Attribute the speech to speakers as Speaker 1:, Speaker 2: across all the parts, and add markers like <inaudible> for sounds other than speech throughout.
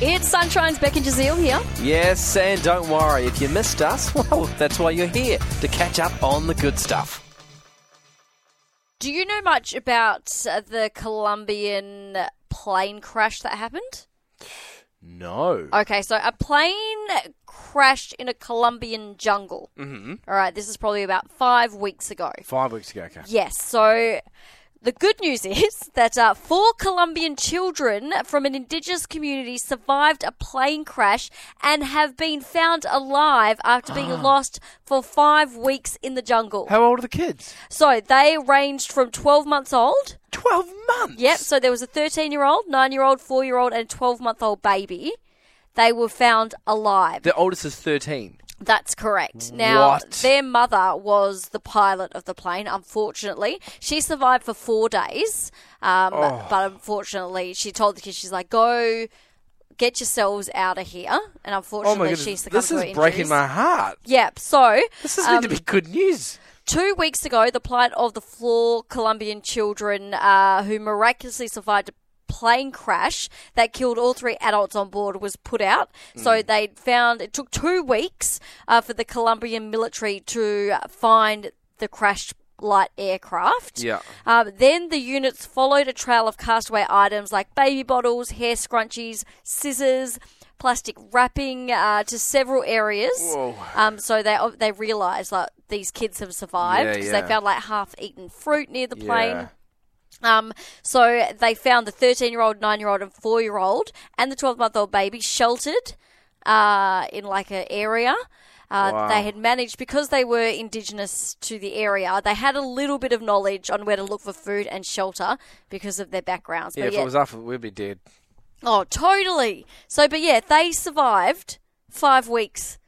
Speaker 1: It's Sunshine's Becky Jazeel here.
Speaker 2: Yes, and don't worry, if you missed us, <laughs> well, that's why you're here, to catch up on the good stuff.
Speaker 1: Do you know much about uh, the Colombian plane crash that happened?
Speaker 2: No.
Speaker 1: Okay, so a plane crashed in a Colombian jungle. Mm-hmm. right, this is probably about five weeks ago.
Speaker 2: Five weeks ago, okay.
Speaker 1: Yes, so the good news <laughs> is that uh, four Colombian children from an indigenous community survived a plane crash and have been found alive after being lost for five weeks in the jungle.
Speaker 2: How old are the kids?
Speaker 1: So they ranged from 12 months old.
Speaker 2: 12 months?
Speaker 1: Yep, so there was a 13 year old, 9 year old, 4 year old, and 12 month old baby. They were found alive.
Speaker 2: The oldest is 13.
Speaker 1: That's correct. Now,
Speaker 2: What?
Speaker 1: their mother was the pilot of the plane, unfortunately. She survived for four days, um,
Speaker 2: Oh.
Speaker 1: but unfortunately, she told the kids, she's like, go get yourselves out of here. And
Speaker 2: Oh my
Speaker 1: unfortunately, she
Speaker 2: goodness,
Speaker 1: succumbed
Speaker 2: this
Speaker 1: to her
Speaker 2: is breaking
Speaker 1: injuries.
Speaker 2: my heart.
Speaker 1: Yep, so
Speaker 2: This is meant
Speaker 1: Um,
Speaker 2: to be good news.
Speaker 1: Two weeks ago, the plight of the four Colombian children uh, who miraculously survived a plane crash that killed all three adults on board was put out. So they found it took two weeks uh, for the Colombian military to uh, find the crashed light aircraft.
Speaker 2: Yeah.
Speaker 1: Um, then the units followed a trail of castaway items like baby bottles, hair scrunchies, scissors, plastic wrapping uh, to several areas.
Speaker 2: Whoa.
Speaker 1: Um, so they they realised like these kids have survived
Speaker 2: Yeah,
Speaker 1: because
Speaker 2: yeah.
Speaker 1: they found like half-eaten fruit near the plane.
Speaker 2: Yeah.
Speaker 1: Um, so they found the 13 year old, 9 year old, and 4 year old, and the 12 month old baby sheltered uh, in like an area. Uh,
Speaker 2: Wow.
Speaker 1: They had managed, because they were indigenous to the area, they had a little bit of knowledge on where to look for food and shelter because of their backgrounds.
Speaker 2: Yeah,
Speaker 1: But
Speaker 2: if it was us, we'd be dead.
Speaker 1: oh, totally. So, but yeah, they survived five weeks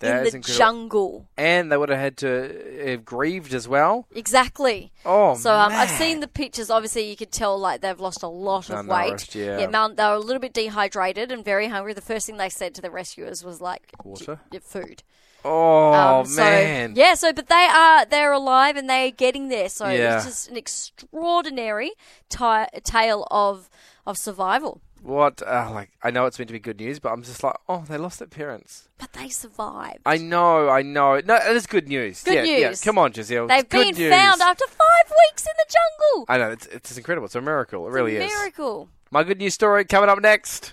Speaker 2: That
Speaker 1: in
Speaker 2: is
Speaker 1: the
Speaker 2: incredible.
Speaker 1: jungle.
Speaker 2: And they would have had to have grieved as well.
Speaker 1: Exactly.
Speaker 2: Oh,
Speaker 1: So um, I've
Speaker 2: man.
Speaker 1: seen the pictures. Obviously, you could tell like they've lost a lot of weight.
Speaker 2: Malnourished, yeah.
Speaker 1: mal- they were a little bit dehydrated and very hungry. The first thing they said to the rescuers was like,
Speaker 2: Water?
Speaker 1: "Y- food." Um,
Speaker 2: Oh,
Speaker 1: so,
Speaker 2: man.
Speaker 1: yeah. So, but they are they're alive and they're getting there. So
Speaker 2: Yeah.
Speaker 1: it's just an extraordinary ti tale of of survival.
Speaker 2: What? Uh, like, I know it's meant to be good news, but I'm just like, oh, they lost their parents.
Speaker 1: But they survived.
Speaker 2: I know, I know. No, it is good news.
Speaker 1: Good
Speaker 2: yeah,
Speaker 1: news.
Speaker 2: Yeah. Come on, Giselle.
Speaker 1: They've
Speaker 2: it's good
Speaker 1: been
Speaker 2: news.
Speaker 1: found after five weeks in the jungle.
Speaker 2: I know, it's, it's incredible. It's a miracle. It really
Speaker 1: It's a
Speaker 2: is.
Speaker 1: miracle.
Speaker 2: My good news story coming up next.